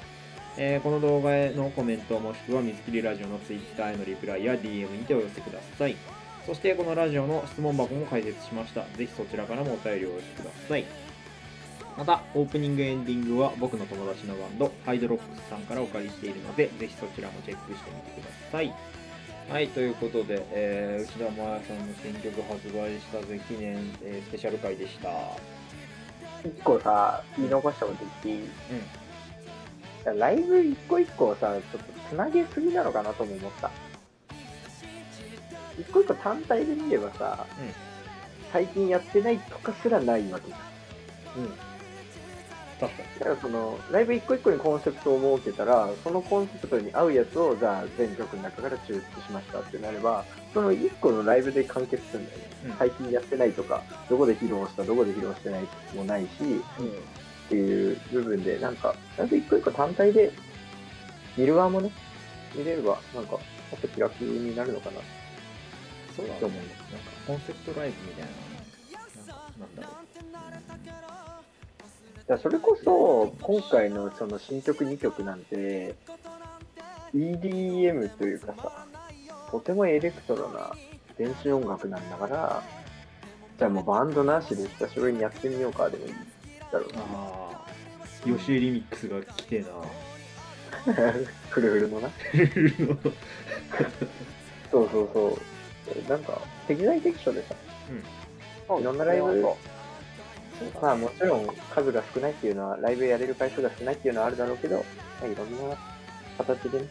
[SPEAKER 1] えーこの動画へのコメントもしくは水切りラジオの Twitter へのリプライや DM にてお寄せください。そしてこのラジオの質問箱も開設しました。ぜひそちらからもお便りをお寄せください。またオープニングエンディングは僕の友達のバンドハイドロックスさんからお借りしているのでぜひそちらもチェックしてみてくださいはいということで、えー内田真彩さんの新曲発売したぜ記念、えースペシャル回でした
[SPEAKER 4] 一個さ言い残したこと言っていい、ライブ一個一個をさちょっとつなげすぎなのかなとも思った一個一個単体で見ればさ、
[SPEAKER 1] うん
[SPEAKER 4] 最近やってないとかすらないわけじゃん
[SPEAKER 1] 確かに
[SPEAKER 4] だからそのライブ一個一個にコンセプトを設けたらそのコンセプトに合うやつをじゃあ全曲の中から抽出しましたってなればその一個のライブで完結するんだよね、
[SPEAKER 1] うん
[SPEAKER 4] 最近やってないとかどこで披露したどこで披露してないもないし、っていう部分で、なんか、ちゃんと一個一個単体で見る側もね、見れれば、なんか、もっと気楽になるのかな。
[SPEAKER 1] そうだと思うよなんかコンセプトライブみたいななんだろ
[SPEAKER 4] だからそれこそ、今回のその新曲2曲なんて、EDM というかさ、とてもエレクトロな電子音楽なんだから、じゃあもうバンドなしで久しぶりにやってみようかでもいいだろう な。
[SPEAKER 1] ああ、よしえリミックスが来 てえな。
[SPEAKER 4] フルフルのな。そうそうそう。なんか、
[SPEAKER 3] 適材適所でさ、
[SPEAKER 4] いろんなライブ、まあもちろん数が少ないっていうのは、ライブやれる回数が少ないっていうのはあるだろうけど、まあいろんな形でね、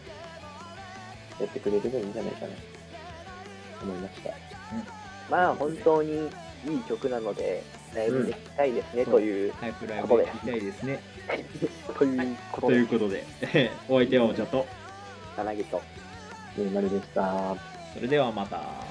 [SPEAKER 4] やってくれればいいんじゃないかな。思いました。
[SPEAKER 3] まあ本当にいい曲なので、ライブで聴きたいですね、
[SPEAKER 1] うん
[SPEAKER 3] という、
[SPEAKER 1] 早くライブ行きたいですね。
[SPEAKER 3] ということ
[SPEAKER 1] とい
[SPEAKER 3] で
[SPEAKER 1] う、ことで、お相手はお茶と、
[SPEAKER 3] 柳と。
[SPEAKER 4] ゆうまるでした。
[SPEAKER 1] それではまた。